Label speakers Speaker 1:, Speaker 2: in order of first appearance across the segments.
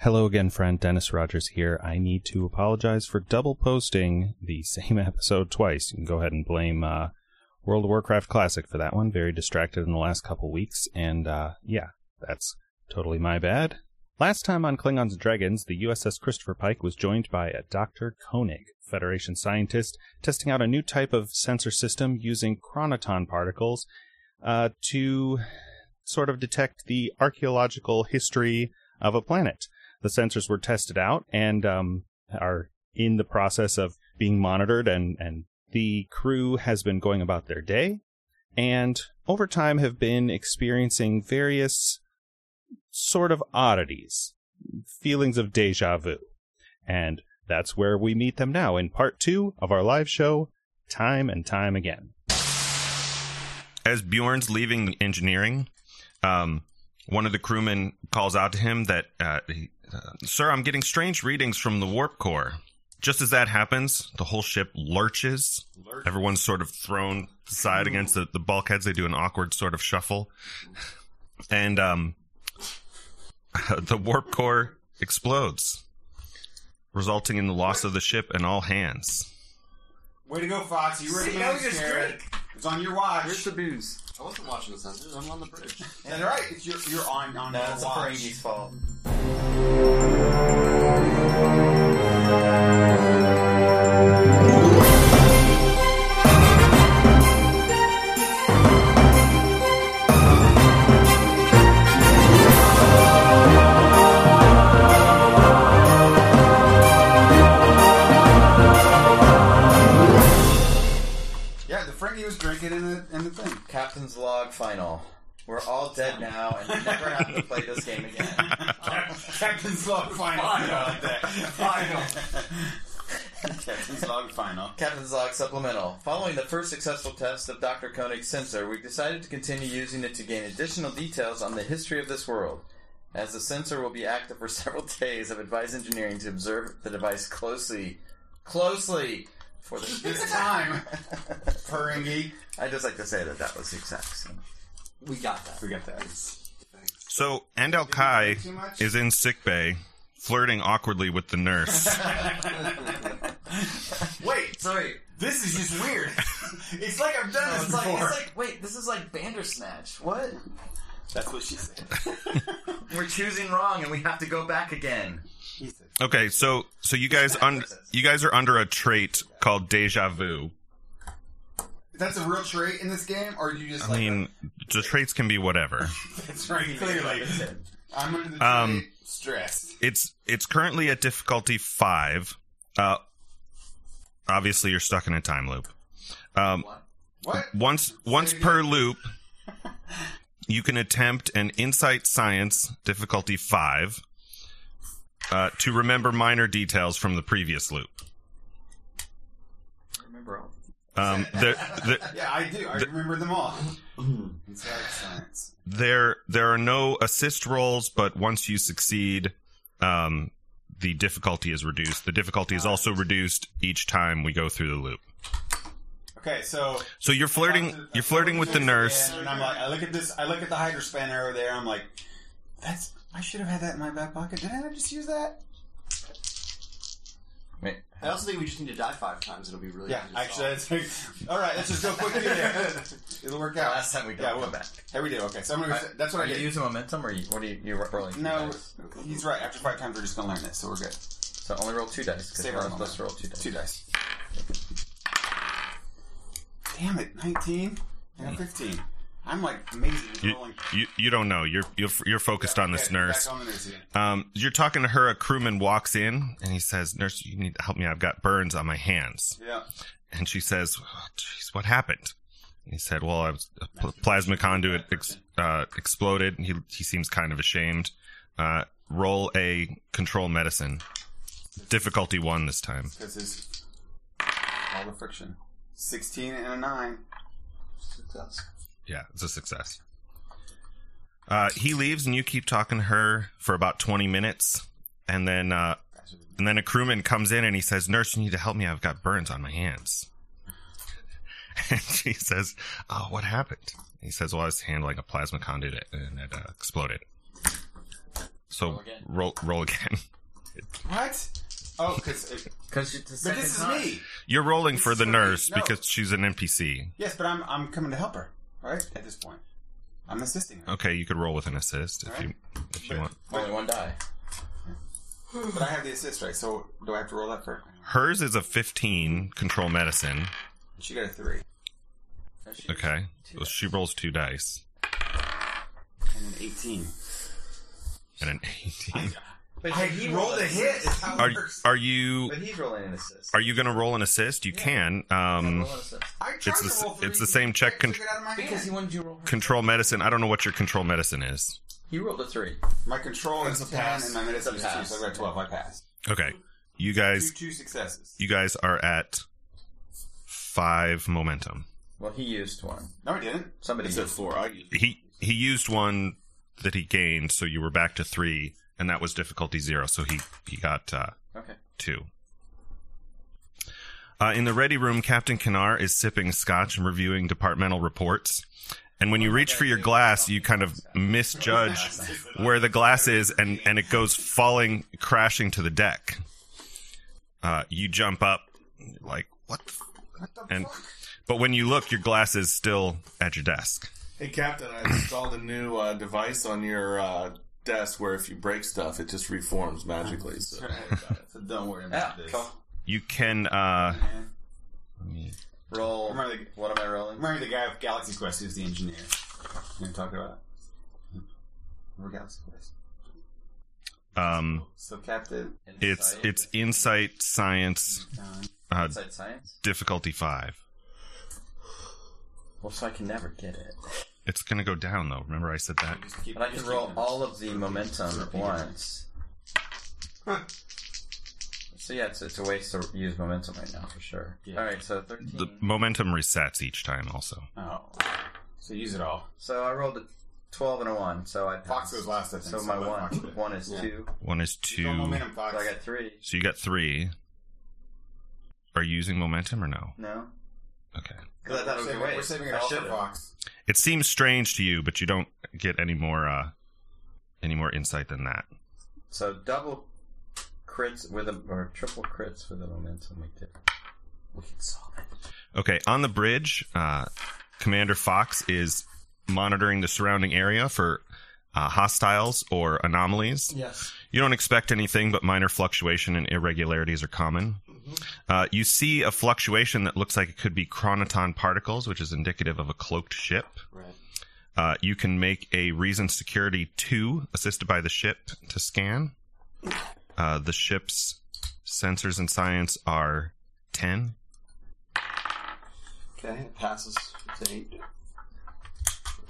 Speaker 1: Hello again, friend. Dennis Rogers here. I need to apologize for double posting the same episode twice. You can go ahead and blame uh, World of Warcraft Classic for that one. Very distracted in the last couple weeks, and uh, yeah, that's totally my bad. Last time on Klingons and Dragons, the USS Christopher Pike was joined by a Dr. Koenig, Federation scientist, testing out a new type of sensor system using chronoton particles uh, to sort of detect the archaeological history of a planet. The sensors were tested out and um, are in the process of being monitored, and, and the crew has been going about their day and over time have been experiencing various sort of oddities, feelings of deja vu. And that's where we meet them now in part two of our live show, Time and Time Again. As Bjorn's leaving engineering, um, one of the crewmen calls out to him that, uh, he, uh, Sir, I'm getting strange readings from the warp core. Just as that happens, the whole ship lurches. Everyone's sort of thrown side against the, the bulkheads. They do an awkward sort of shuffle. And um, the warp core explodes, resulting in the loss of the ship and all hands.
Speaker 2: Way to go, Fox. You were
Speaker 3: See,
Speaker 2: the
Speaker 3: now
Speaker 2: man
Speaker 3: we just
Speaker 2: scared.
Speaker 3: drink.
Speaker 2: It's on your watch.
Speaker 4: Where's the booze?
Speaker 3: I wasn't watching the sensors. I'm on the bridge.
Speaker 2: That's right. It's your, you're on, on your
Speaker 4: That's
Speaker 2: watch.
Speaker 4: fault.
Speaker 2: Yeah, the Frankie was drinking in the, in the thing.
Speaker 4: Captain's log final. We're all dead now, and we never have to play this game again.
Speaker 2: Captain's log final.
Speaker 3: Final.
Speaker 2: Captain's log final.
Speaker 4: Captain's log supplemental. Following the first successful test of Dr. Koenig's sensor, we've decided to continue using it to gain additional details on the history of this world. As the sensor will be active for several days, I've advised engineering to observe the device closely, closely for
Speaker 2: It's
Speaker 4: the.
Speaker 2: time, Ferengi.
Speaker 4: I just like to say that that was the exact. same.
Speaker 3: We got that.
Speaker 2: Forget that.
Speaker 5: So Andel Kai
Speaker 2: Too much?
Speaker 5: is in sickbay, flirting awkwardly with the nurse.
Speaker 2: Wait,
Speaker 4: So wait,
Speaker 2: this is just weird. It's like I've done this
Speaker 4: it's like,
Speaker 2: before.
Speaker 4: it's like wait, this is like Bandersnatch. What?
Speaker 2: That's what she said.
Speaker 4: We're choosing wrong, and we have to go back again.
Speaker 5: Okay, so so you guys un- you guys are under a trait called deja vu.
Speaker 2: That's a real trait in this game, or you just
Speaker 5: I
Speaker 2: like
Speaker 5: mean, the traits can be whatever.
Speaker 2: that's right. Clearly, I'm under the trait
Speaker 5: Um,
Speaker 2: stress.
Speaker 5: It's it's currently at difficulty five. Uh, obviously, you're stuck in a time loop. Um,
Speaker 2: What?
Speaker 5: once once per loop, you can attempt an insight science difficulty five uh, to remember minor details from the previous loop.
Speaker 4: Remember all.
Speaker 5: Um, there, there,
Speaker 2: Yeah, I do. I remember them all. Inside science.
Speaker 5: there, there are no assist rolls, but once you succeed, um, the difficulty is reduced. The difficulty is also reduced each time we go through the loop.
Speaker 2: Okay, so
Speaker 5: So you're flirting, you're flirting with the nurse.
Speaker 2: and I'm like, I look at this, I look at the hydrospan arrow there. I'm like, that's I should have had that in my back pocket. Did I just use that?
Speaker 4: Wait,
Speaker 3: I also think we just need to die five times. It'll be really
Speaker 2: Yeah,
Speaker 3: easy to
Speaker 2: actually,
Speaker 3: solve.
Speaker 2: that's like, all right. Let's just go quick through there. It'll work out.
Speaker 4: Last time we
Speaker 2: yeah,
Speaker 4: don't
Speaker 2: we'll,
Speaker 4: come back.
Speaker 2: Hey, we do. Okay, so I'm gonna.
Speaker 4: Alright.
Speaker 2: that's what
Speaker 4: Are
Speaker 2: I
Speaker 4: you
Speaker 2: did.
Speaker 4: using momentum, or you, what are you? You're rolling. two
Speaker 2: no,
Speaker 4: dice.
Speaker 2: he's right. After five times, we're just gonna learn this, so we're good.
Speaker 4: So only roll two dice. Because
Speaker 2: Save
Speaker 4: we're
Speaker 2: our
Speaker 4: not supposed to roll two dice.
Speaker 2: Two dice. Damn it, nineteen and fifteen. I'm like amazing with
Speaker 5: You,
Speaker 2: rolling.
Speaker 5: you, you don't know. You're, you're, you're focused on this
Speaker 2: Okay, back
Speaker 5: nurse.
Speaker 2: on the nurse again.
Speaker 5: Um, you're talking to her. A crewman walks in and he says, "Nurse, you need to help me. I've got burns on my hands."
Speaker 2: Yeah.
Speaker 5: And she says, oh, "Geez, what happened?" And he said, "Well, I was, a pl- plasma conduit ex- uh, exploded." And he he seems kind of ashamed. Uh, roll a control medicine, difficulty one this time.
Speaker 2: Because there's all the friction. 16 and a 9.
Speaker 3: Success.
Speaker 5: Yeah, it's a success. Uh, he leaves, and you keep talking to her for about twenty minutes, and then uh, and then a crewman comes in and he says, "Nurse, you need to help me. I've got burns on my hands." And she says, "Oh, what happened?" He says, "Well, I was handling a plasma conduit and it uh, exploded." uh, So
Speaker 4: Roll again.
Speaker 5: roll, roll again.
Speaker 2: What? Oh, because
Speaker 4: Because it's the
Speaker 2: but
Speaker 4: second
Speaker 2: this is
Speaker 4: time.
Speaker 2: me.
Speaker 5: You're rolling
Speaker 2: This
Speaker 5: for
Speaker 2: is
Speaker 5: the
Speaker 2: for me.
Speaker 5: nurse
Speaker 2: No.
Speaker 5: because she's an NPC.
Speaker 2: Yes, but I'm I'm coming to help her. Right at this point, I'm assisting her.
Speaker 5: Okay, you could roll with an assist if you if you want.
Speaker 4: Only one die.
Speaker 2: But I have the assist, right? So do I have to roll that for?
Speaker 5: Hers is a 15 control medicine.
Speaker 2: She got a three
Speaker 4: No, she-
Speaker 5: Okay. So she rolls two dice
Speaker 2: and an eighteen.
Speaker 5: and an 18.
Speaker 4: But
Speaker 2: I
Speaker 4: he
Speaker 2: rolled a hit. It's how
Speaker 5: Are
Speaker 2: it works.
Speaker 5: are you
Speaker 4: But he's rolling an assist.
Speaker 5: are you going to roll an assist? You can. Um
Speaker 4: Roll an assist.
Speaker 2: I tried
Speaker 5: it's the
Speaker 2: to
Speaker 5: s-
Speaker 2: roll three.
Speaker 5: it's the same check
Speaker 2: I took
Speaker 5: con-
Speaker 2: it out of my
Speaker 4: Because he
Speaker 2: hand.
Speaker 4: wanted you to roll. Her.
Speaker 5: control medicine. I don't know what your control medicine is.
Speaker 4: He rolled a three.
Speaker 2: My control is
Speaker 4: It's a
Speaker 2: ten
Speaker 4: pass.
Speaker 2: and my medicine is
Speaker 4: It's
Speaker 2: two,
Speaker 4: a
Speaker 2: so
Speaker 4: pass.
Speaker 2: I got twelve. I passed.
Speaker 5: Okay. You
Speaker 2: Two
Speaker 5: guys
Speaker 2: two successes.
Speaker 5: you guys are at 5 momentum.
Speaker 4: Well, he used one.
Speaker 2: No, I didn't.
Speaker 4: Somebody
Speaker 6: Instead of
Speaker 4: used
Speaker 6: four, I use
Speaker 5: He he used one that he gained, so you were back to 3 and that was difficulty 0, so he he got uh
Speaker 4: Okay.
Speaker 5: two. Uh, in the ready room, Captain Kinar is sipping scotch and reviewing departmental reports. And when you reach for your glass, you kind of misjudge where the glass is, and, and it goes falling, crashing to the deck. Uh, you jump up, like what? The f-? And but when you look, your glass is still at your desk.
Speaker 6: Hey, Captain, I installed a new uh, device on your uh, desk where if you break stuff, it just reforms magically. So.
Speaker 2: so don't worry about
Speaker 4: Yeah,
Speaker 2: this.
Speaker 4: cool.
Speaker 5: You can. Uh,
Speaker 2: Man.
Speaker 4: Roll.
Speaker 2: I'm really-
Speaker 4: What am I rolling?
Speaker 2: Remember the guy with Galaxy Quest who's the engineer. You know, talk about it. Remember Galaxy Quest.
Speaker 5: um,
Speaker 2: So Captain,
Speaker 5: it's it's insight science
Speaker 2: um,
Speaker 5: uh,
Speaker 4: inside science.
Speaker 5: difficulty five.
Speaker 4: Well, so I can never get it.
Speaker 5: It's gonna go down though. Remember I said that.
Speaker 2: just keep.
Speaker 4: But I can
Speaker 2: just
Speaker 4: roll
Speaker 2: keep-
Speaker 4: all of the momentum at once. So yeah, it's, it's a waste to use momentum right now for sure.
Speaker 2: Yeah.
Speaker 4: All right, so thirteen.
Speaker 5: The momentum resets each time. Also,
Speaker 2: Oh, so use it all.
Speaker 4: So I rolled a twelve and a one. So I
Speaker 2: Fox was last, I think.
Speaker 4: So my
Speaker 2: so
Speaker 4: one
Speaker 2: Fox did.
Speaker 4: one is
Speaker 2: Yeah.
Speaker 4: two.
Speaker 5: one is
Speaker 2: Use all
Speaker 5: two.
Speaker 2: Momentum, Fox.
Speaker 4: So I got three.
Speaker 5: So you got three. Are you using momentum or no?
Speaker 4: No.
Speaker 5: Okay.
Speaker 4: Because I thought it was
Speaker 2: We're
Speaker 4: a
Speaker 2: saving-
Speaker 4: waste.
Speaker 2: We're saving it
Speaker 4: I
Speaker 2: all for
Speaker 4: should've.
Speaker 2: Fox.
Speaker 5: It seems strange to you, but you don't get any more uh, any more insight than that.
Speaker 4: So double crits with a or triple crits with the momentum we did. We can solve it.
Speaker 5: Okay. On the bridge, uh, Commander Fox is monitoring the surrounding area for uh, hostiles or anomalies.
Speaker 3: Yes.
Speaker 5: You don't expect anything, but minor fluctuation and irregularities are common. Uh, you see a fluctuation that looks like it could be chronoton particles, which is indicative of a cloaked ship.
Speaker 6: Right.
Speaker 5: Uh, you can make a Reason Security 2, assisted by the ship, to scan. Uh, the ship's sensors and science are 10.
Speaker 3: Okay, it passes. It's an eight.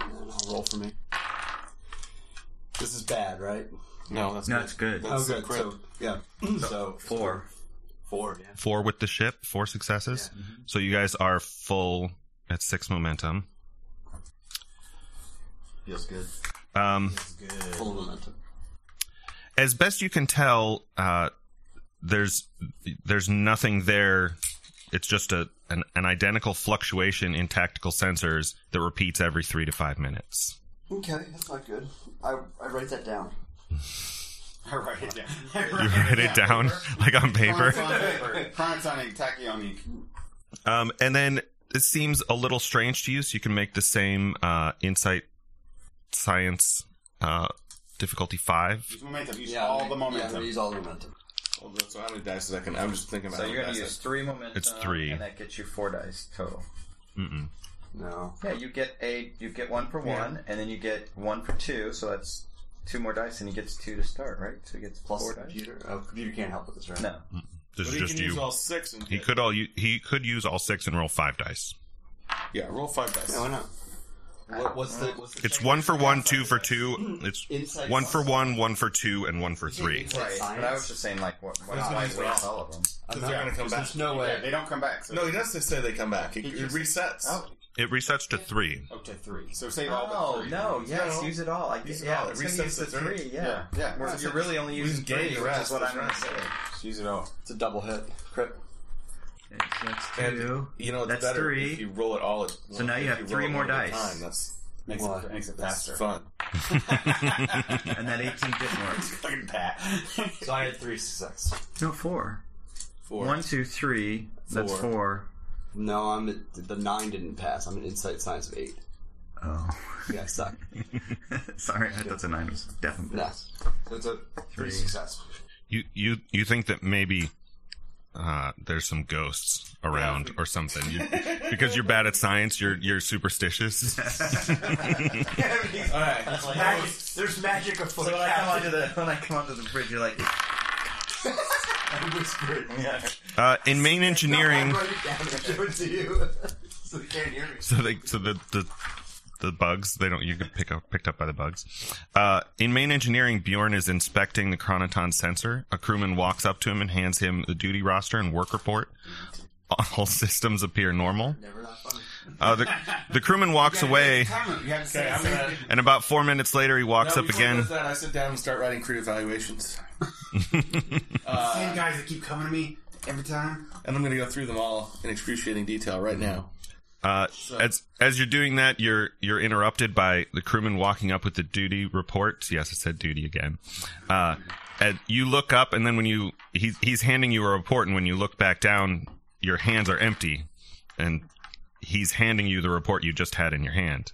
Speaker 3: And then I'll roll for me. This is bad, right?
Speaker 6: No, that's
Speaker 7: No, it's good.
Speaker 6: That's
Speaker 3: oh, good.
Speaker 6: crit.
Speaker 3: So, yeah. so,
Speaker 7: Four.
Speaker 3: four, yeah.
Speaker 5: Four with the ship, four successes.
Speaker 3: Mm-hmm.
Speaker 5: So you guys are full at six momentum.
Speaker 3: Feels good.
Speaker 5: Um,
Speaker 3: Full of momentum.
Speaker 5: as best you can tell, uh, there's there's nothing there. It's just a an, an identical fluctuation in tactical sensors that repeats every three to five minutes.
Speaker 3: Okay, that's not good. I, I write that down.
Speaker 2: I write it down.
Speaker 5: You write it down like on paper.
Speaker 2: Chronotonic tachyonic.
Speaker 5: Um, and then it seems a little strange to you, so you can make the same uh, insight science uh, difficulty five.
Speaker 2: Use momentum. Use
Speaker 3: Yeah,
Speaker 2: all
Speaker 3: I mean,
Speaker 2: the
Speaker 3: Yeah, I'm
Speaker 2: momentum.
Speaker 3: gonna use all the momentum.
Speaker 6: Hold on, so how many dice is that? Can, I'm just thinking about
Speaker 4: So
Speaker 6: how
Speaker 4: you're
Speaker 6: many
Speaker 4: gonna
Speaker 6: dice
Speaker 4: use three momentum.
Speaker 5: It's three.
Speaker 4: and that gets you four dice total.
Speaker 5: Mm-mm.
Speaker 3: No.
Speaker 4: Yeah, you get a you get one for
Speaker 3: Yeah.
Speaker 4: one, and then you get one for two. So that's two more dice, and he gets two to start, right? So he gets
Speaker 3: Plus
Speaker 4: four
Speaker 3: the
Speaker 4: dice.
Speaker 3: computer. Oh, computer can't help with this, right?
Speaker 4: No,
Speaker 5: This
Speaker 6: But
Speaker 5: is
Speaker 6: he
Speaker 5: just
Speaker 6: can use
Speaker 5: you.
Speaker 6: all six. And
Speaker 5: He could all u- he could use all six and roll five dice.
Speaker 6: Yeah, roll five dice.
Speaker 3: Yeah, why not? What, what's the what's the
Speaker 5: It's one for one, two for two. It's
Speaker 3: Insight
Speaker 5: one for one, one for two, and one for three.
Speaker 3: Like
Speaker 4: But I was
Speaker 3: science?
Speaker 4: just saying, like, what? Why,
Speaker 6: Who's gonna
Speaker 4: why
Speaker 6: use
Speaker 4: waste
Speaker 6: it all?
Speaker 4: all of them?
Speaker 3: I'm
Speaker 6: they're gonna come
Speaker 3: There's
Speaker 6: back.
Speaker 3: no
Speaker 2: Yeah,
Speaker 3: way.
Speaker 2: they don't come back. So
Speaker 6: No, he doesn't say they come back. It,
Speaker 2: He
Speaker 6: it
Speaker 2: just-
Speaker 6: resets.
Speaker 2: Oh,
Speaker 5: It resets to three.
Speaker 2: okay, three. So save all
Speaker 4: Oh
Speaker 2: but three.
Speaker 4: no! Yes,
Speaker 6: No.
Speaker 4: use it all. I
Speaker 6: Use
Speaker 4: guess,
Speaker 6: it
Speaker 4: yeah,
Speaker 6: all.
Speaker 4: it's
Speaker 6: It
Speaker 4: gonna
Speaker 6: resets
Speaker 4: use
Speaker 6: the
Speaker 4: the three.
Speaker 6: three.
Speaker 4: Yeah,
Speaker 2: Yeah, yeah.
Speaker 4: Whereas you're really only using
Speaker 6: gain
Speaker 4: three,
Speaker 6: the
Speaker 4: which is
Speaker 6: rest,
Speaker 4: what
Speaker 6: that's
Speaker 4: I'm gonna
Speaker 6: right.
Speaker 4: say.
Speaker 2: Use it all.
Speaker 3: It's a double hit. Crit.
Speaker 7: Okay, so that's
Speaker 6: And
Speaker 7: two.
Speaker 6: you know it's
Speaker 7: that's
Speaker 6: better
Speaker 7: three.
Speaker 6: if you roll it all at once.
Speaker 7: now you
Speaker 6: If
Speaker 7: have
Speaker 6: roll
Speaker 7: three
Speaker 6: it
Speaker 7: more
Speaker 6: one at a
Speaker 7: dice.
Speaker 6: Time. That's
Speaker 2: Makes
Speaker 3: Why?
Speaker 2: it makes it
Speaker 6: That's
Speaker 2: faster.
Speaker 6: fun.
Speaker 4: And that 18 didn't work.
Speaker 2: Fucking Pat.
Speaker 3: So I had three success.
Speaker 4: No, four.
Speaker 6: Four.
Speaker 4: One, two, three. That's
Speaker 6: Four.
Speaker 4: four.
Speaker 3: No, I'm at, the nine didn't pass. I'm an insight science of eight.
Speaker 4: Oh.
Speaker 3: Yeah, I suck.
Speaker 4: Sorry, I thought the nine was definitely.
Speaker 3: no. So it's a
Speaker 4: Three.
Speaker 3: three success.
Speaker 5: You you you think that maybe uh, there's some ghosts around or something? You, because you're bad at science, you're you're superstitious.
Speaker 6: All right.
Speaker 3: Magic, there's magic afoot.
Speaker 4: So when I come onto the when I come onto the bridge, you're like,
Speaker 3: I whisper it.
Speaker 5: Uh, in main engineering,
Speaker 3: No, I wrote it down and showed it to you. so they can't hear me.
Speaker 5: so they so the the the bugs they don't you get pick up picked up by the bugs. Uh, in main engineering, Bjorn is inspecting the chronoton sensor. A crewman walks up to him and hands him the duty roster and work report. All systems appear normal.
Speaker 3: Never not funny.
Speaker 5: Uh, the, the crewman walks away,
Speaker 2: Comment, You have to say
Speaker 6: Okay, I'm gonna-
Speaker 2: something.
Speaker 5: and about four minutes later, he walks
Speaker 6: No,
Speaker 5: up
Speaker 6: before he
Speaker 5: again.
Speaker 6: does That, I sit down and start writing crew evaluations,
Speaker 2: Same guys that keep coming to me every time.
Speaker 6: and I'm going to go through them all in excruciating detail right now.
Speaker 5: Uh, as as you're doing that, you're you're interrupted by the crewman walking up with the duty report. Yes, I said duty again. Uh, and you look up, and then when you he's he's handing you a report, and when you look back down, your hands are empty, and he's handing you the report you just had in your hand.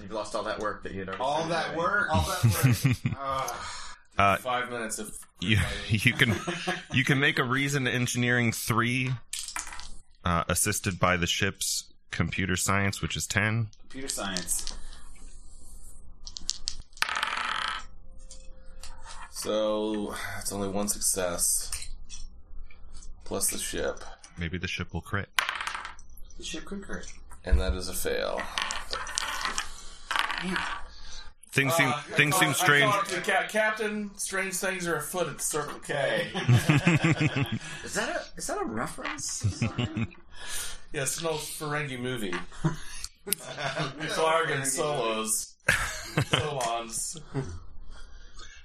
Speaker 4: you've lost all that work that you'd already
Speaker 2: All
Speaker 4: started
Speaker 2: that
Speaker 4: doing.
Speaker 2: work. All that work. Uh, Ugh.
Speaker 6: Five minutes of
Speaker 5: You you can you can make a reason to engineering three, uh, assisted by the ship's computer science, which is ten.
Speaker 2: Computer science.
Speaker 6: so it's only one success plus the ship,
Speaker 5: Maybe the ship will crit.
Speaker 2: The ship could crit.
Speaker 6: and that is a fail.
Speaker 5: Things seem things seem
Speaker 6: Uh, Oh, I
Speaker 5: strange.
Speaker 6: talked to Cap- Captain. Strange things are afoot at the Circle K.
Speaker 4: Is that a is that a reference?
Speaker 6: yeah, it's an old Ferengi movie. Clark and solos, solons.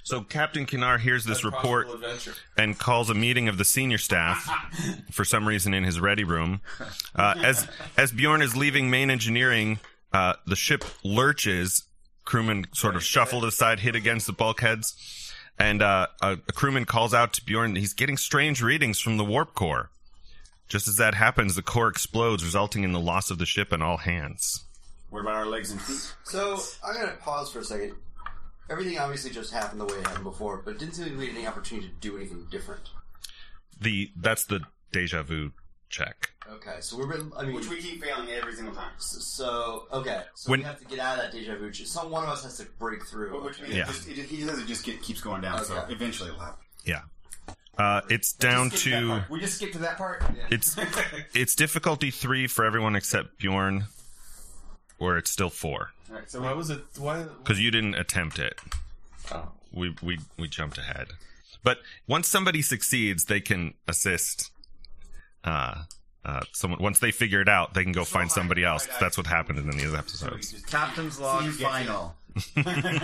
Speaker 5: So Captain Kinar hears this report
Speaker 6: Possible Adventure.
Speaker 5: and calls a meeting of the senior staff for some reason in his ready room. Uh, as as Bjorn is leaving main engineering, uh, the ship lurches. Crewman sort of shuffled aside, hit against the bulkheads, and uh, a, a crewman calls out to Bjorn. that He's getting strange readings from the warp core. Just as that happens, the core explodes, resulting in the loss of the ship and all hands.
Speaker 2: What about our legs and feet?
Speaker 3: So I'm gonna pause for a second. Everything obviously just happened the way it happened before, but it didn't seem like we had any opportunity to do anything different.
Speaker 5: The that's the deja vu check.
Speaker 3: Okay, so we're been, I mean,
Speaker 2: Which we keep failing every single time.
Speaker 3: so okay, so
Speaker 5: When-
Speaker 3: we have to get out of that deja vu. Some one of us has to break through.
Speaker 2: But Which means
Speaker 5: Yeah.
Speaker 2: it just, it, he doesn't just get keeps going down. So
Speaker 3: Okay.
Speaker 2: eventually, it'll happen.
Speaker 5: Yeah, uh, it's down
Speaker 2: Skip that
Speaker 5: to
Speaker 2: part. we just skip to that part.
Speaker 5: It's it's difficulty three for everyone except Bjorn, or it's still four
Speaker 2: All right, so
Speaker 6: Why
Speaker 2: we,
Speaker 6: was it? Why?
Speaker 5: because you didn't attempt it.
Speaker 6: Oh.
Speaker 5: We we we jumped ahead, but once somebody succeeds, they can assist. Uh, uh, someone once they figure it out, they can go find somebody else. That's what happened in these episodes.
Speaker 4: Captain's log
Speaker 2: See, you get
Speaker 4: final. All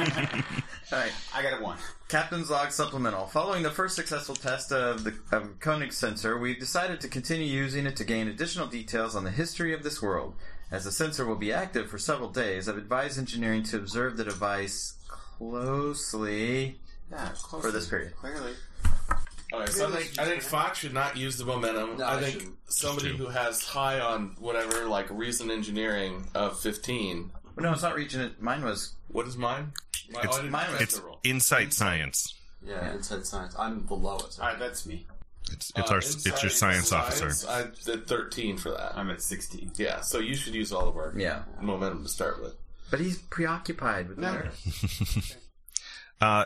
Speaker 4: right.
Speaker 2: I got it one.
Speaker 4: Captain's Log Supplemental. Following the first successful test of the of Koenig sensor, we've decided to continue using it to gain additional details on the history of this world. As the sensor will be active for several days, I've advised engineering to observe the device closely.
Speaker 2: Yeah, close
Speaker 4: For this period.
Speaker 2: Clearly,
Speaker 6: Okay, so I think, I think Fox should not use the momentum.
Speaker 3: No,
Speaker 6: I
Speaker 3: I
Speaker 6: think
Speaker 3: shouldn't.
Speaker 6: somebody
Speaker 5: Just do.
Speaker 6: who has high on whatever, like reason engineering of 15.
Speaker 4: Well, no, it's not reaching it. Mine was.
Speaker 6: What is mine? My,
Speaker 5: It's-
Speaker 6: I didn't
Speaker 4: mine
Speaker 6: press
Speaker 5: It's
Speaker 6: the roll.
Speaker 5: insight science.
Speaker 3: yeah, inside science. I'm below it. So
Speaker 2: all right, that's me.
Speaker 5: It's it's
Speaker 6: Uh,
Speaker 5: our it's
Speaker 6: inside
Speaker 5: your science officer.
Speaker 6: I did 13 for that.
Speaker 2: I'm at sixteen.
Speaker 6: yeah, so you should use all of our
Speaker 4: Yeah.
Speaker 6: momentum to start with.
Speaker 4: But he's preoccupied with
Speaker 2: No.
Speaker 4: the
Speaker 5: Uh,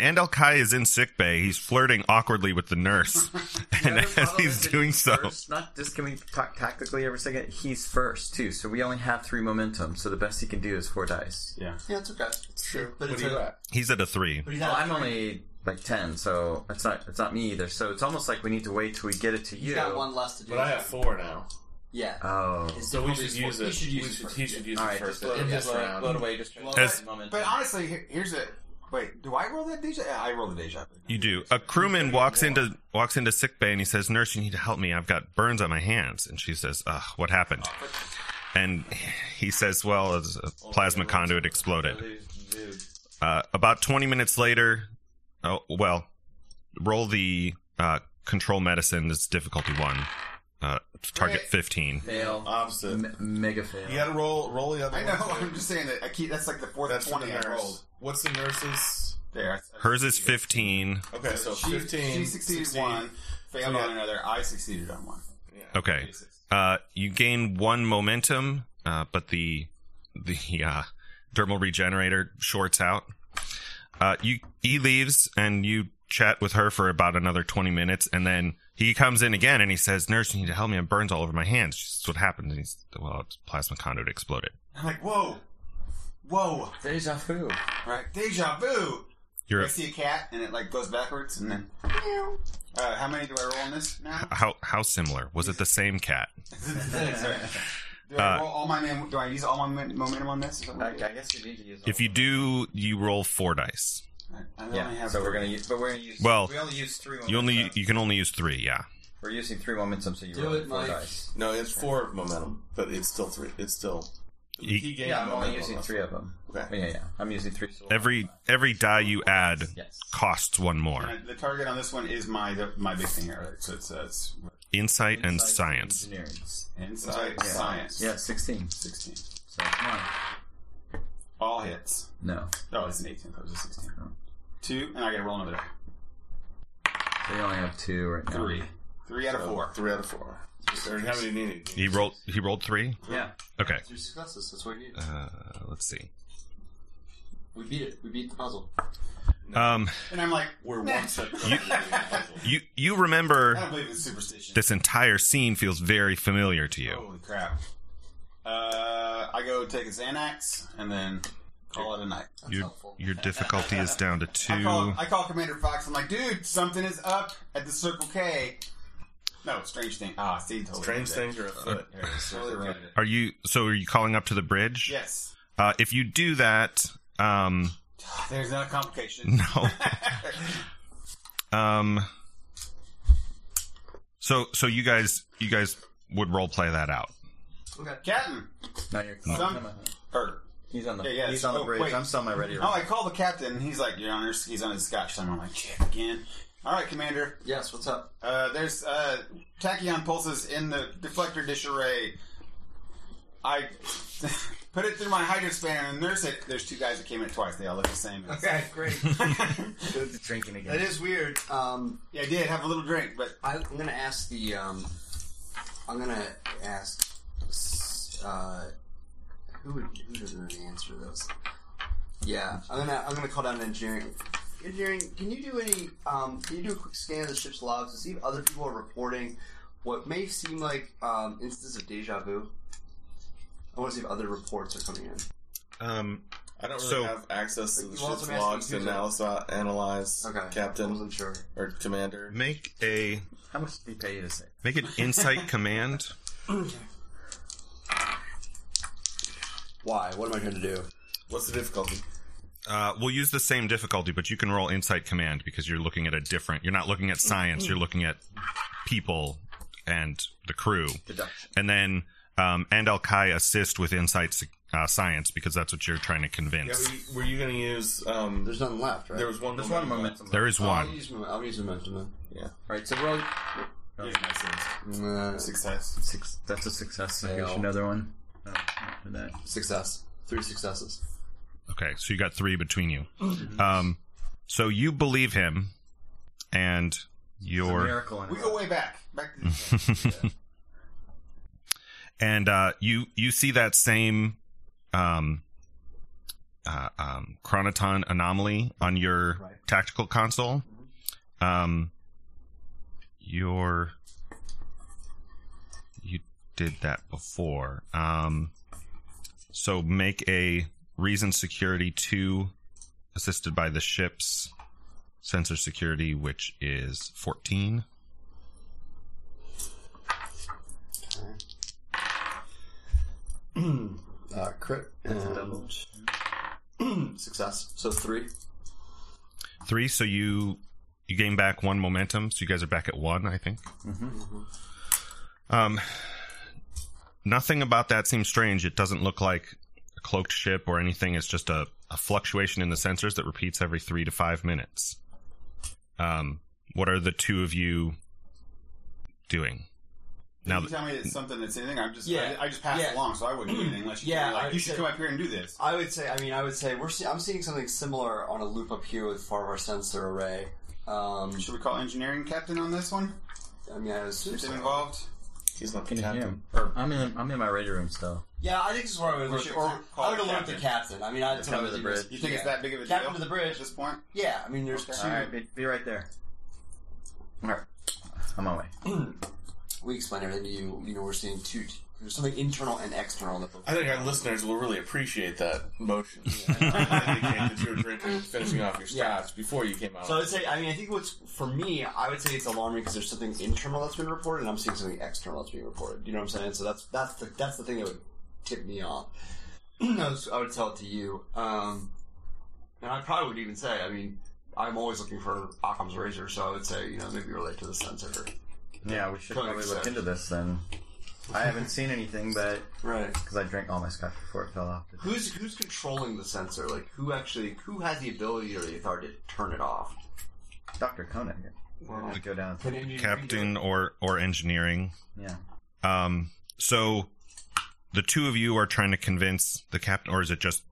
Speaker 5: and El Kai is in sickbay. He's flirting awkwardly with the nurse, and
Speaker 4: The other
Speaker 5: as
Speaker 4: problem
Speaker 5: he's
Speaker 4: is that
Speaker 5: doing
Speaker 4: he's
Speaker 5: so,
Speaker 4: first, not just can we talk tactically every second? He's first too, so we only have three momentum. So the best he can do is four dice.
Speaker 2: Yeah,
Speaker 3: yeah, it's okay. It's true. But
Speaker 6: What
Speaker 3: it's
Speaker 6: do you
Speaker 3: like-
Speaker 6: got?
Speaker 5: he's at a three.
Speaker 3: but he's
Speaker 4: Well,
Speaker 3: not-
Speaker 4: I'm only like ten, so it's not it's not me either. So it's almost like we need to wait till we get it to you.
Speaker 3: he's got one less to do.
Speaker 6: But I have four now.
Speaker 3: Yeah.
Speaker 4: Oh,
Speaker 6: So we should use it.
Speaker 3: We should use
Speaker 6: We
Speaker 3: it
Speaker 6: should,
Speaker 3: first,
Speaker 6: he should use
Speaker 4: all
Speaker 6: it
Speaker 4: right,
Speaker 6: first.
Speaker 4: just load,
Speaker 6: in
Speaker 4: yeah,
Speaker 6: this
Speaker 4: load-
Speaker 6: round.
Speaker 4: load away. Just load
Speaker 5: As-
Speaker 4: momentum.
Speaker 2: but honestly, here- here's a wait. Do I roll that deja? Yeah, I roll the deja.
Speaker 5: You do. A crewman walks into walks into sick bay and he says, "Nurse, you need to help me. I've got burns on my hands." And she says, "Ugh, what happened?" And he says, well, it's a plasma conduit exploded.
Speaker 4: Dude.
Speaker 5: Uh, about 20 minutes later, oh, well, roll the uh, control medicine. It's difficulty one, uh, target 15.
Speaker 4: Fail.
Speaker 6: Opposite.
Speaker 4: M- mega fail.
Speaker 6: You gotta roll roll the other
Speaker 2: I know.
Speaker 6: one.
Speaker 2: I'm just saying that. I keep. That's like the fourth
Speaker 6: That's for the
Speaker 2: twenty I rolled.
Speaker 6: nurse. What's the nurse's?
Speaker 2: There.
Speaker 5: Hers is 15.
Speaker 6: Okay, so
Speaker 2: She,
Speaker 6: 15.
Speaker 2: she succeeded
Speaker 6: 16.
Speaker 2: one, failed
Speaker 6: Yeah.
Speaker 2: on another. I succeeded on one.
Speaker 5: Okay. Uh, you gain one momentum, uh, but the the uh, dermal regenerator shorts out. Uh, you he leaves and you chat with her for about another twenty minutes, and then he comes in again and he says, "Nurse, you need to help me. It burns all over my hands." She says, "What happened?" And he's, "Well, it's plasma conduit exploded."
Speaker 2: I'm like, whoa, whoa,
Speaker 4: Deja vu.
Speaker 2: right? Deja vu.
Speaker 5: You're
Speaker 2: I see a cat and it like goes backwards and then. Uh, how many do I roll on this now?
Speaker 5: how how similar was it? The same cat?
Speaker 2: Sorry. Do I
Speaker 4: Uh,
Speaker 2: roll all my mem- Do I use all my men- momentum on this? Is that what
Speaker 4: I,
Speaker 2: I
Speaker 4: I
Speaker 2: do?
Speaker 4: guess you need to use. all
Speaker 5: If you
Speaker 4: of
Speaker 5: do, you roll four dice.
Speaker 2: I
Speaker 4: them.
Speaker 2: only
Speaker 4: Yeah.
Speaker 2: have
Speaker 4: So we're gonna. Use, but we're gonna use.
Speaker 5: Well,
Speaker 4: we only use three.
Speaker 5: You only
Speaker 4: momentum.
Speaker 5: you can only use three. Yeah.
Speaker 4: We're using three momentum, so you
Speaker 3: Do
Speaker 4: roll
Speaker 3: it,
Speaker 4: four
Speaker 3: Mike.
Speaker 4: dice.
Speaker 6: No, it's four of momentum, but it's still three. It's still.
Speaker 5: You-
Speaker 6: gained
Speaker 4: Yeah, I'm only
Speaker 6: momentum
Speaker 4: using
Speaker 6: on
Speaker 4: three of them.
Speaker 6: Okay.
Speaker 4: Yeah, yeah. I'm using three. so-
Speaker 5: every every die you add
Speaker 4: Yes.
Speaker 5: costs one more.
Speaker 2: And uh, the target on this one is my the, my big thing here. So it's, uh, it's
Speaker 5: insight, and
Speaker 4: Insight
Speaker 5: science.
Speaker 4: Engineering.
Speaker 2: insight
Speaker 4: Yeah.
Speaker 2: science.
Speaker 4: Yeah, sixteen.
Speaker 2: sixteen.
Speaker 4: So come on.
Speaker 2: All hits.
Speaker 4: No.
Speaker 2: Oh, it's an eighteen. That was a sixteen. Two, and I gotta roll another die.
Speaker 4: So you only have two right now.
Speaker 2: Three. Three out of four.
Speaker 6: Oh, Three out of four. Or how many do you need?
Speaker 5: He rolled. He rolled three.
Speaker 4: Yeah.
Speaker 5: Okay.
Speaker 3: Your successes. That's what you need.
Speaker 5: Uh, let's see.
Speaker 3: We beat it. We beat the puzzle.
Speaker 5: Um,
Speaker 2: And I'm like,
Speaker 6: We're
Speaker 2: Nah.
Speaker 6: one step.
Speaker 5: you you
Speaker 2: I don't
Speaker 5: remember
Speaker 2: believe in superstition.
Speaker 5: this entire scene feels very familiar to you.
Speaker 2: Holy crap. Uh, I go take a Xanax and then call it a night.
Speaker 5: Your your difficulty is down to
Speaker 2: I call,
Speaker 5: two.
Speaker 2: I call Commander Fox. I'm like, dude, something is up at the Circle K. No, strange thing. Ah, see, totally.
Speaker 6: Strange
Speaker 2: ruined it.
Speaker 6: things are afoot.
Speaker 2: Yeah, totally ruined it.
Speaker 5: Are you so? Are you calling up to the bridge?
Speaker 2: Yes.
Speaker 5: Uh, if you do that, um,
Speaker 2: There's not a complication.
Speaker 5: no. um. So so you guys you guys would role play that out.
Speaker 2: Captain.
Speaker 4: No, you're.
Speaker 2: Some, or,
Speaker 4: He's on the.
Speaker 2: Yeah, yeah,
Speaker 4: he's on the
Speaker 2: oh,
Speaker 4: bridge.
Speaker 2: wait.
Speaker 4: I'm semi ready.
Speaker 2: oh, I call the captain. He's like, Your Honor, he's on his scotch. So I'm like, shit, again. All right, Commander.
Speaker 3: Yes. What's up?
Speaker 2: Uh, there's uh, tachyon pulses in the deflector disarray. I put it through my hydrospan and nurse it. There's two guys that came in twice. They all look the same.
Speaker 3: Okay. Great.
Speaker 4: drinking again.
Speaker 3: that is weird. Um,
Speaker 2: yeah, I did have a little drink, but
Speaker 3: I, I'm gonna ask the. Um, I'm gonna ask. Uh, who would, who doesn't know the answer to this? Yeah, I'm gonna I'm gonna call down engineering. Engineering, can you do any? Um, can you do a quick scan of the ship's logs to see if other people are reporting what may seem like um, instances of deja vu? I want to see if other reports are coming in.
Speaker 5: Um.
Speaker 6: I don't really
Speaker 5: So-
Speaker 6: have access to the
Speaker 3: You want
Speaker 6: ship's
Speaker 3: some ass
Speaker 6: logs to
Speaker 3: computer?
Speaker 6: analyze, analyze
Speaker 3: Okay, I
Speaker 6: captain
Speaker 3: wasn't sure.
Speaker 6: or commander.
Speaker 5: Make a
Speaker 4: How much did he pay you to say?
Speaker 5: make an insight command.
Speaker 3: Why? What am I going to do?
Speaker 6: What's the difficulty?
Speaker 5: Uh, we'll use the same difficulty, but you can roll insight command because you're looking at a different. You're not looking at science. You're looking at people and the crew,
Speaker 4: Deduction.
Speaker 5: and then um, and Al Kai assist with insight uh, science because that's what you're trying to
Speaker 6: Yeah,
Speaker 5: convince.
Speaker 6: were you, were you going to use? Um,
Speaker 3: There's nothing left, right?
Speaker 6: there was one.
Speaker 4: There's one momentum.
Speaker 5: there is
Speaker 3: I'll
Speaker 5: one.
Speaker 3: use, my- I'll use momentum then.
Speaker 4: All right. So roll
Speaker 2: here's my six.
Speaker 3: Uh,
Speaker 2: success.
Speaker 4: six. That's a success. So
Speaker 3: Fail.
Speaker 4: here's another one. Uh, for that.
Speaker 3: Success. Three successes.
Speaker 5: Okay, so you got three between you. Um, so you believe him, and
Speaker 4: It's a
Speaker 5: your
Speaker 4: miracle. In
Speaker 2: We
Speaker 4: a
Speaker 2: go
Speaker 4: row.
Speaker 2: way back. Back to the
Speaker 5: and uh, you you see that same um, uh, um, chronoton anomaly on your
Speaker 3: Right.
Speaker 5: tactical console. Um, your you did that before. Um, so make a reason security two, assisted by the ship's sensor security, which is fourteen.
Speaker 3: Uh, crit. and- Success. So three.
Speaker 5: three so you you gain back one momentum so you guys are back at one i think um nothing about that seems strange. It doesn't look like a cloaked ship or anything. It's just a, a fluctuation in the sensors that repeats every three to five minutes. Um, what are the two of you doing?
Speaker 2: Now,
Speaker 5: Now
Speaker 2: you
Speaker 5: that,
Speaker 2: tell me it's something that's anything. I'm just,
Speaker 3: Yeah.
Speaker 2: I, I just passed
Speaker 3: Yeah.
Speaker 2: it along, so I wouldn't do anything unless you
Speaker 3: Yeah,
Speaker 2: told me,
Speaker 3: I
Speaker 2: like, you
Speaker 3: would
Speaker 2: should
Speaker 3: say-
Speaker 2: come up here and do this.
Speaker 3: I would say. I mean, I would say we're. See- I'm seeing something similar on a loop up here with far of our sensor array. Um,
Speaker 2: Should we call engineering captain on this one?
Speaker 3: I mean, I was.
Speaker 2: Is it involved?
Speaker 6: He's not the
Speaker 4: Can you hear
Speaker 6: captain.
Speaker 4: him? I'm in. I'm in my radio room still.
Speaker 3: Yeah, I think this is where I would.
Speaker 2: We
Speaker 3: Look,
Speaker 2: should
Speaker 3: or
Speaker 2: call
Speaker 3: I would alert the
Speaker 2: captain.
Speaker 3: captain. I mean, I, that's what I
Speaker 4: Captain
Speaker 3: was
Speaker 4: of the bridge.
Speaker 2: You think it's that big of a
Speaker 3: Captain
Speaker 2: deal?
Speaker 3: to the bridge.
Speaker 2: At this point?
Speaker 3: Yeah, I mean, there's
Speaker 2: Okay.
Speaker 3: two.
Speaker 4: All right, be, be right there. All right, I'm on my way.
Speaker 3: We explain everything to you. You know, we're seeing two. There's something internal and external. That
Speaker 6: I think our listeners will really appreciate that motion. that you were drinking, finishing off your scotch before you came out.
Speaker 3: So I'd say, I mean, I think what's for me, I would say it's alarming because there's something internal that's been reported, and I'm seeing something external that's being reported. You know what I'm saying? So that's that's the that's the thing that would tip me off. I was- I would tell it to you, um, and I probably would even say, I mean, I'm always looking for Occam's razor, so I would say, you know, maybe relate to the sensor.
Speaker 4: Yeah, we should
Speaker 3: Code
Speaker 4: probably look
Speaker 3: accepted.
Speaker 4: into this then. I haven't seen anything, but
Speaker 3: Right.
Speaker 4: because I drank all my scotch before it fell off.
Speaker 3: Who's who's controlling the sensor? Like, who actually who has the ability or the authority to turn it off?
Speaker 4: Doctor Koenig.
Speaker 3: Well,
Speaker 4: Go down.
Speaker 3: can you-
Speaker 5: captain or or engineering.
Speaker 4: Yeah.
Speaker 5: Um, so the two of you are trying to convince the captain, or is it just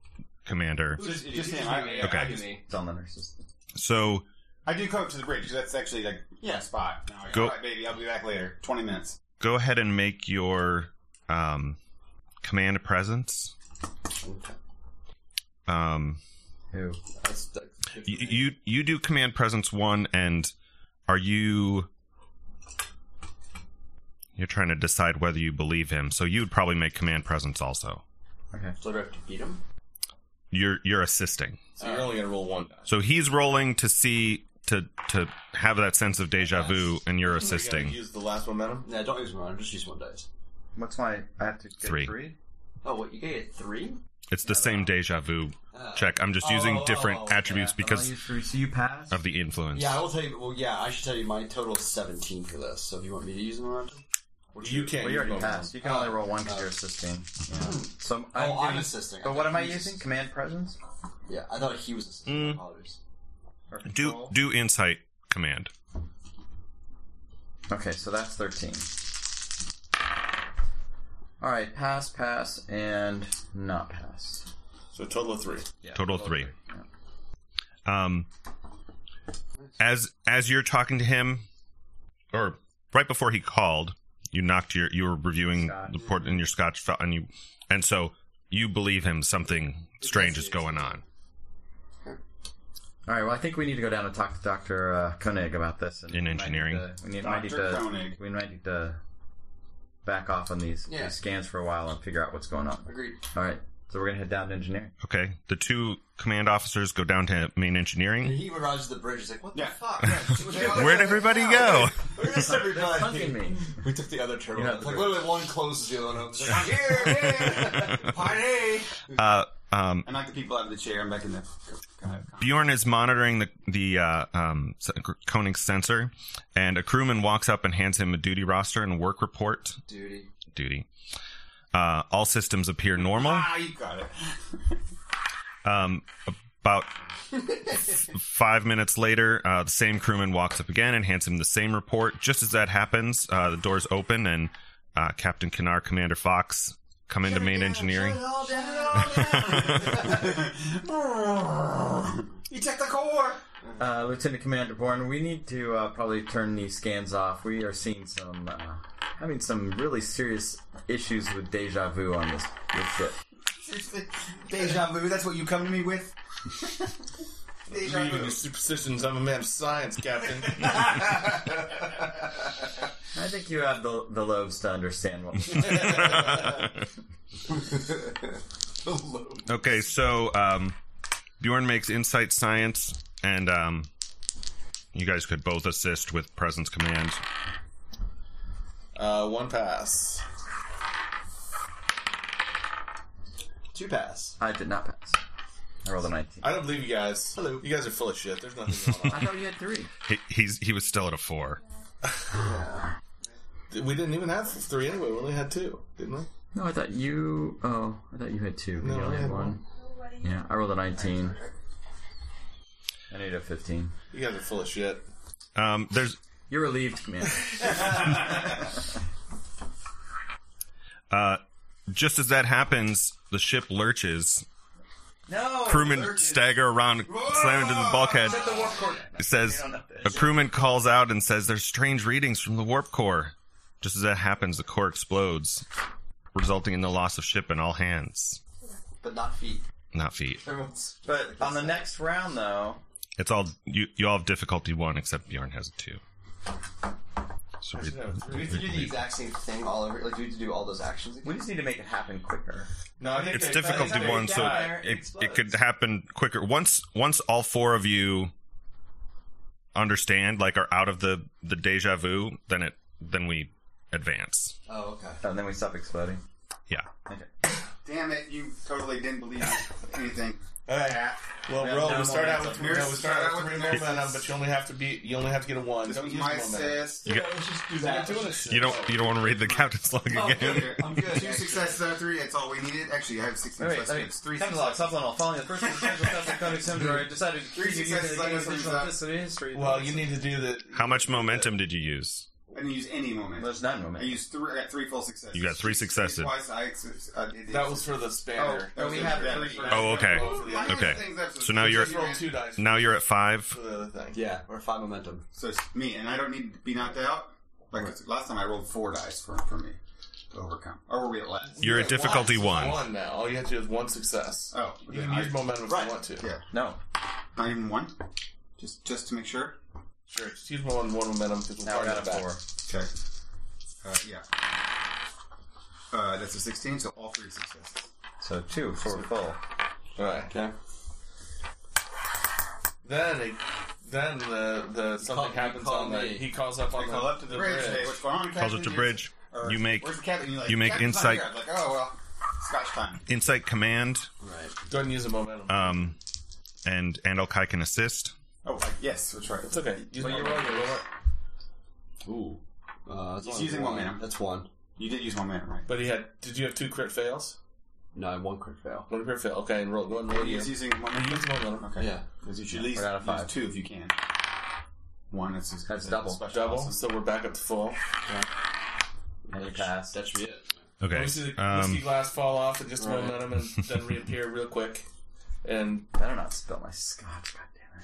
Speaker 5: commander?
Speaker 2: Just, just him. I,
Speaker 5: Okay.
Speaker 2: I, do-
Speaker 4: It's on the nurses.
Speaker 5: So
Speaker 2: I do come up to the bridge because that's actually like yeah spot. No, I-
Speaker 5: Go-
Speaker 2: All right, baby. I'll be back later. Twenty minutes.
Speaker 5: go ahead and make your um, command presence. Um,
Speaker 4: Who?
Speaker 3: That's- that's-
Speaker 5: you, you you do command presence one, and are you? You're trying to decide whether you believe him, so you would probably make command presence also.
Speaker 4: Okay.
Speaker 3: So do I have to beat him?
Speaker 5: You're you're assisting.
Speaker 6: So you're only going to roll one die.
Speaker 5: So he's rolling to see to to have that sense of deja vu, and you're
Speaker 6: Are you gonna
Speaker 5: assisting.
Speaker 6: Use the last momentum.
Speaker 3: No, don't use one. Just use one dice.
Speaker 4: What's my? I have to get
Speaker 5: Three.
Speaker 3: Oh, what you get three?
Speaker 5: It's the same deja vu
Speaker 3: Uh,
Speaker 5: check. I'm just
Speaker 3: Oh,
Speaker 5: using
Speaker 3: oh,
Speaker 5: different
Speaker 3: oh,
Speaker 5: attributes
Speaker 3: yeah.
Speaker 5: because
Speaker 4: three. So you pass.
Speaker 5: of the influence.
Speaker 3: Yeah, I will tell you. Well, yeah, I should tell you. My total is seventeen for this. So if you want me to use an momentum,
Speaker 6: You can't.
Speaker 4: Well, you
Speaker 6: use
Speaker 4: already
Speaker 6: momentum.
Speaker 4: passed. You can only roll one because
Speaker 3: Uh,
Speaker 4: you're assisting. Yeah. So I'm,
Speaker 3: oh, I'm
Speaker 4: doing-
Speaker 3: assisting.
Speaker 4: But what am I
Speaker 3: thought he was
Speaker 4: using? Command presence.
Speaker 3: assisting. Yeah, I thought he was assisting.
Speaker 5: Mm.
Speaker 3: Apologies.
Speaker 4: Or
Speaker 5: Do
Speaker 4: control?
Speaker 5: do insight command.
Speaker 4: Okay, so that's thirteen. All right, pass, pass, and not pass.
Speaker 6: So total of three.
Speaker 5: Total of three. Um, as as you're talking to him, or right before he called, you knocked your you were reviewing
Speaker 4: Scotch.
Speaker 5: the port in your scotch fell and you and so you believe him. Something strange is going on.
Speaker 4: All right. Well, I think we need to go down and talk to Doctor uh, Koenig about this. And
Speaker 5: In
Speaker 4: we might
Speaker 5: engineering.
Speaker 4: need to- we need, might need
Speaker 2: Dr.
Speaker 4: to.
Speaker 2: Koenig.
Speaker 4: We might need to back off on these,
Speaker 3: Yeah.
Speaker 4: these scans for a while and figure out what's going on.
Speaker 3: Agreed.
Speaker 4: All right. So we're gonna head down to engineering.
Speaker 5: Okay, the two command officers go down to main
Speaker 3: And
Speaker 5: engineering.
Speaker 3: he arrives at the bridge. He's like, "What
Speaker 2: Yeah.
Speaker 3: the fuck? Yeah.
Speaker 5: Where'd everybody go?
Speaker 3: Where's
Speaker 4: They're
Speaker 3: everybody?"
Speaker 4: punking me.
Speaker 3: We took the other turtle.
Speaker 4: Yeah,
Speaker 3: It's like literally one closes the other one. up. It's like, "I'm here, yeah." Party.
Speaker 5: Uh, um,
Speaker 2: And like the people out of the chair, I'm back in the. Go ahead.
Speaker 5: Bjorn is monitoring the the uh, um, s- Koenig's sensor, and a crewman walks up and hands him a duty roster and work report
Speaker 3: Duty.
Speaker 5: duty. Uh, all systems appear normal.
Speaker 2: Ah, you got it.
Speaker 5: Um, about f- five minutes later, uh, the same crewman walks up again and hands him the same report. Just as that happens, uh, the doors open and uh, Captain Kinar, Commander Fox, come into main engineering.
Speaker 2: you checked the core.
Speaker 4: Uh, Lieutenant Commander Bourne, we need to uh, probably turn these scans off. We are seeing some, uh, having some really serious issues with deja vu on this, this ship.
Speaker 2: Seriously, deja vu. That's what you come to me with. deja
Speaker 6: Believe in
Speaker 2: vu.
Speaker 6: your superstitions. I'm a man of science, Captain.
Speaker 4: I think you have the the loaves to understand what.
Speaker 5: Okay, so um, Bjorn makes insight science, and um, you guys could both assist with presence command.
Speaker 6: uh, one pass.
Speaker 3: Two pass.
Speaker 4: I did not pass. I rolled a nineteen.
Speaker 6: I don't believe you guys.
Speaker 3: Hello.
Speaker 6: You guys are full of shit. There's nothing going
Speaker 4: I
Speaker 6: on.
Speaker 4: thought you had three.
Speaker 5: He, he's he was still at a four.
Speaker 6: we didn't even have three anyway. We only had two, didn't we?
Speaker 4: No, I thought you. Oh, I thought you had two.
Speaker 6: No,
Speaker 4: you
Speaker 6: I
Speaker 4: only
Speaker 6: had
Speaker 4: had one. Yeah, I rolled a 19. I need a 15.
Speaker 6: You guys are full of shit.
Speaker 5: Um, there's
Speaker 4: You're relieved, man.
Speaker 5: uh, just as that happens, the ship lurches.
Speaker 4: no!
Speaker 5: Crewmen
Speaker 4: Lurches.
Speaker 5: stagger around, slam into the bulkhead.
Speaker 4: Set the warp cord.
Speaker 5: It says
Speaker 4: You don't know
Speaker 5: a crewman calls out and says there's strange readings from the warp core. Just as that happens, the core explodes, resulting in the loss of ship and all hands,
Speaker 3: but not feet.
Speaker 5: not feet.
Speaker 3: Everyone's
Speaker 4: But on the next round, though,
Speaker 5: It's all you. You all have difficulty one, except Bjorn has a two. So we-
Speaker 3: Do we have to do the exact same thing all over? Like, do we have to do all those actions again?
Speaker 4: we just need to make it happen quicker.
Speaker 6: No, I think
Speaker 5: it's
Speaker 6: they-
Speaker 5: difficulty
Speaker 6: they-
Speaker 5: one, so
Speaker 4: down there, it
Speaker 5: it, it could
Speaker 4: explodes.
Speaker 5: happen quicker. Once once all four of you understand, like are out of the the deja vu, then it then we advance.
Speaker 3: Oh, okay.
Speaker 4: And then we stop exploding.
Speaker 5: Yeah.
Speaker 4: Okay.
Speaker 2: Damn it, you totally didn't believe anything.
Speaker 6: All right. Well,
Speaker 4: Yeah,
Speaker 6: roll.
Speaker 4: no
Speaker 6: we start out with
Speaker 4: momentum.
Speaker 6: three. No, we start out with three
Speaker 2: Here's-
Speaker 6: momentum, but you only have to be. You only have to get a one.
Speaker 2: This
Speaker 6: Don't
Speaker 2: was
Speaker 6: use
Speaker 2: my
Speaker 6: momentum.
Speaker 2: assist.
Speaker 5: You got,
Speaker 3: Let's just do
Speaker 6: You're doing this shit.
Speaker 5: you don't you don't want to read the captain's log again.
Speaker 2: Here,
Speaker 3: I'm good.
Speaker 2: Two successes out of three. That's all we needed. Actually, I have six
Speaker 4: Wait, wait,
Speaker 2: successes.
Speaker 4: wait.
Speaker 2: It's Three
Speaker 4: Time
Speaker 2: successes.
Speaker 4: log, supplemental. Following the first essential steps of Conic Cemetery, I decided to
Speaker 2: Three
Speaker 4: keep using
Speaker 2: successes,
Speaker 4: the
Speaker 2: I
Speaker 4: game's
Speaker 2: didn't
Speaker 4: original
Speaker 2: use that.
Speaker 4: history history.
Speaker 6: Well, you need to do the.
Speaker 5: How much momentum did you use?
Speaker 2: I didn't use any moment.
Speaker 4: There's none,
Speaker 2: I
Speaker 4: moment.
Speaker 2: used three. I got three full successes.
Speaker 5: You got three successes.
Speaker 2: Twice. I, ex- uh, did the-
Speaker 6: That was for the
Speaker 2: Oh,
Speaker 6: spanner.
Speaker 2: that was
Speaker 4: we
Speaker 2: it.
Speaker 4: have
Speaker 2: Yeah,
Speaker 4: three.
Speaker 2: that's-
Speaker 5: Oh, okay.
Speaker 6: Roll for the other-
Speaker 5: Okay. So now you're-
Speaker 6: Just roll two dice.
Speaker 5: Now you're at
Speaker 6: for
Speaker 5: five.
Speaker 6: the other thing.
Speaker 3: Yeah, we're five momentum.
Speaker 2: So it's me, and I don't need to be knocked out. Like last time, I rolled four dice for for me to overcome. Or were we at last?
Speaker 5: You're at difficulty one.
Speaker 6: One now. All you have to do is one success.
Speaker 2: Oh,
Speaker 6: you
Speaker 2: then
Speaker 6: can
Speaker 2: I-
Speaker 6: use momentum if
Speaker 3: Right.
Speaker 6: you want to.
Speaker 2: yeah,
Speaker 4: No.
Speaker 2: not even one. Just just to make sure.
Speaker 6: Sure. Just use one, one momentum because we're
Speaker 4: Now we're
Speaker 6: starting
Speaker 4: at a
Speaker 6: back.
Speaker 4: four.
Speaker 2: Okay. Uh, yeah. Uh, that's a sixteen. So all three successes.
Speaker 4: So two for full.
Speaker 6: All right.
Speaker 3: Okay.
Speaker 6: Then, it, then the the something
Speaker 3: called- he
Speaker 6: happens
Speaker 3: called
Speaker 6: on the.
Speaker 3: me.
Speaker 6: He calls up on the.
Speaker 2: Call up to the bridge. Hey, what's going on?
Speaker 5: Calls
Speaker 2: Captain?
Speaker 5: up to bridge.
Speaker 2: Or,
Speaker 5: You make
Speaker 2: Where's the captain? You're like,
Speaker 5: you make
Speaker 2: "Captain's not
Speaker 5: insight-
Speaker 2: here." I'm like, oh well, Scotch time.
Speaker 5: insight command.
Speaker 3: Right.
Speaker 6: Go ahead and use a momentum.
Speaker 5: Um, and and Kai can assist.
Speaker 2: Oh I, yes, that's right.
Speaker 6: it's okay. Use
Speaker 4: Well, you're
Speaker 6: momentum.
Speaker 4: right, you're right.
Speaker 3: Ooh. Uh, that's
Speaker 2: He's
Speaker 3: only
Speaker 2: using
Speaker 3: one.
Speaker 2: momentum.
Speaker 3: That's one.
Speaker 2: You did use momentum, right?
Speaker 6: But he had. Did you have two crit fails?
Speaker 3: No, one crit fail.
Speaker 6: One crit fail. Okay, and roll. Go ahead and roll.
Speaker 2: He
Speaker 6: You.
Speaker 2: was
Speaker 6: Use
Speaker 2: using momentum.
Speaker 6: momentum.
Speaker 2: Okay.
Speaker 3: Yeah.
Speaker 2: Because you should at least
Speaker 4: We're out of five.
Speaker 2: use two if you can. One is just
Speaker 4: That's double.
Speaker 6: Double. So we're back up to full.
Speaker 4: Another pass.
Speaker 3: That should be it.
Speaker 5: Okay.
Speaker 6: We see the whiskey
Speaker 5: Um,
Speaker 6: glass fall off and just
Speaker 3: Right.
Speaker 6: momentum and then reappear real quick. And
Speaker 4: Better not spill my scotch, god damn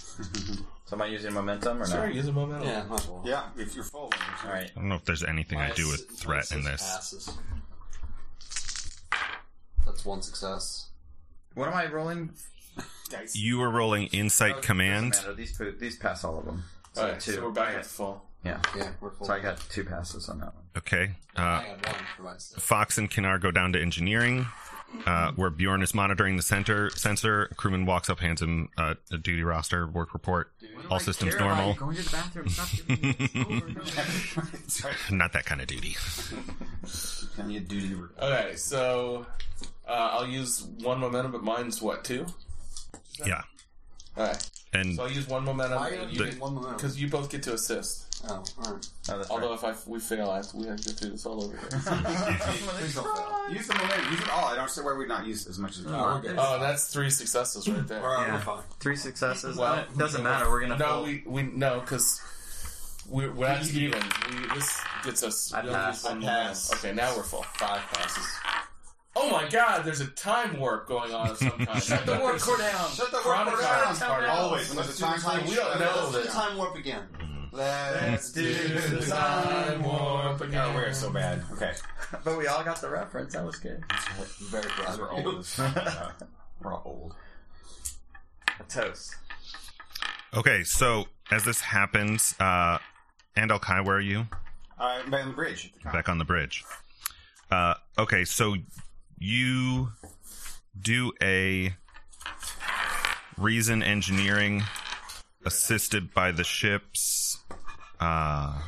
Speaker 4: it. so am I using momentum or
Speaker 6: sorry,
Speaker 4: not?
Speaker 6: use a momentum.
Speaker 3: Yeah, might as well.
Speaker 2: Yeah, if you're full.
Speaker 4: All right.
Speaker 5: I don't know if there's anything I
Speaker 3: Minus-
Speaker 5: do with threat
Speaker 3: minus
Speaker 5: in
Speaker 3: six
Speaker 5: this.
Speaker 3: passes. That's one success.
Speaker 4: What am I rolling?
Speaker 2: Dice.
Speaker 5: You were rolling insight command.
Speaker 4: Doesn't matter. These po- these pass all of them. So
Speaker 6: All right,
Speaker 4: two.
Speaker 6: so we're back
Speaker 4: Okay.
Speaker 6: up to full.
Speaker 4: Yeah.
Speaker 3: Yeah, we're full.
Speaker 4: So I got two passes on that one.
Speaker 5: Okay. Uh,
Speaker 3: I got one for myself.
Speaker 5: Fox and Kinar go down to engineering, uh, where Bjorn is monitoring the center sensor. Crewman walks up, hands him uh, a duty roster work report. All systems normal.
Speaker 4: Going to the bathroom. Stop giving me
Speaker 5: Not that kind of duty.
Speaker 2: Can you do the
Speaker 6: Okay, so uh, I'll use one momentum, but mine's what two?
Speaker 5: Yeah.
Speaker 6: All right,
Speaker 5: And
Speaker 6: so I'll use one momentum
Speaker 3: Why are you using one momentum?
Speaker 6: because you both get to assist.
Speaker 3: Oh, alright.
Speaker 4: Oh, that's
Speaker 6: Although if I we fail, I have to, we have to go through this all over again.
Speaker 2: Use the momentum. Use it all. I don't understand why we'd not use it as much as we
Speaker 3: Oh,
Speaker 2: are.
Speaker 3: we're good.
Speaker 6: oh, that's three successes right there.
Speaker 3: Alright,
Speaker 4: Yeah.
Speaker 3: we're fine.
Speaker 4: Three successes.
Speaker 6: Well,
Speaker 4: it doesn't matter. We're gonna.
Speaker 6: No,
Speaker 4: fold.
Speaker 6: we we no because we're, we're not even. We, this gets us.
Speaker 4: I
Speaker 6: we only
Speaker 4: pass.
Speaker 6: use one
Speaker 4: I
Speaker 6: momentum.
Speaker 3: pass.
Speaker 6: Okay, now we're full.
Speaker 3: Five passes.
Speaker 6: Oh my God! There's a time warp going on of some kind. Shut the warp core down.
Speaker 2: Shut the
Speaker 6: Chronic
Speaker 2: world down.
Speaker 6: Times party.
Speaker 2: Always. When there's a time
Speaker 3: Time
Speaker 2: frame,
Speaker 6: We don't know
Speaker 3: Let's do
Speaker 6: that.
Speaker 3: time warp again.
Speaker 5: Mm.
Speaker 2: Let's do
Speaker 6: Dude,
Speaker 2: the
Speaker 6: the
Speaker 2: time
Speaker 6: time
Speaker 2: warp.
Speaker 6: warp
Speaker 2: Oh, we're
Speaker 6: again.
Speaker 2: so bad. Okay.
Speaker 4: but we all got the reference. That was good.
Speaker 3: Very proud.
Speaker 2: We're
Speaker 3: of you.
Speaker 2: old. as- uh, We're all old.
Speaker 4: A toast.
Speaker 5: okay, so as this happens, uh, and Kai, where are you?
Speaker 2: All right, back on the bridge.
Speaker 5: Back on the bridge. Uh, okay, so you do a reason engineering assisted by the ship's uh,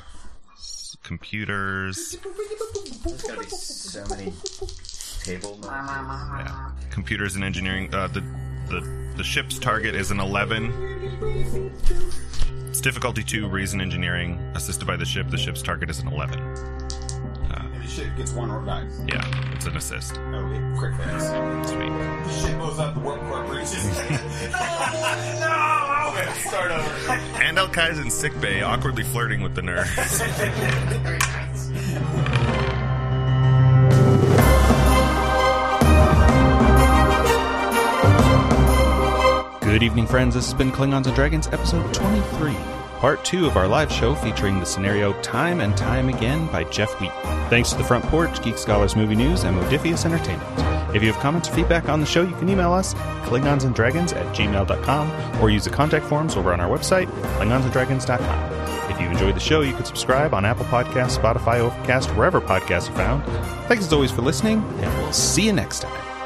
Speaker 5: s- computers.
Speaker 4: There's gotta be so many table. noises.
Speaker 5: Yeah. Computers and engineering. Uh, the, the the ship's target is an eleven. It's difficulty two. Reason engineering assisted by the ship. The ship's target is an eleven.
Speaker 2: And This shit gets one roll dice.
Speaker 8: Yeah, it's an assist.
Speaker 2: Oh, it crit fails.
Speaker 8: Sweet.
Speaker 2: This shit blows up the warp core breaches.
Speaker 9: Start over.
Speaker 8: And El Kai's in sick bay, awkwardly flirting with the nerd.
Speaker 5: Good evening, friends. This has been Klingons and Dragons, episode 23, part two of our live show featuring the scenario Time and Time Again by Jeff Wheat. Thanks to the front porch, Geek Scholars Movie News, and Modifius Entertainment. If you have comments or feedback on the show, you can email us, klingonsanddragons at gmail.com, or use the contact forms over on our website, klingonsanddragons.com. If you enjoyed the show, you can subscribe on Apple Podcasts, Spotify, Overcast, wherever podcasts are found. Thanks as always for listening, and we'll see you next time.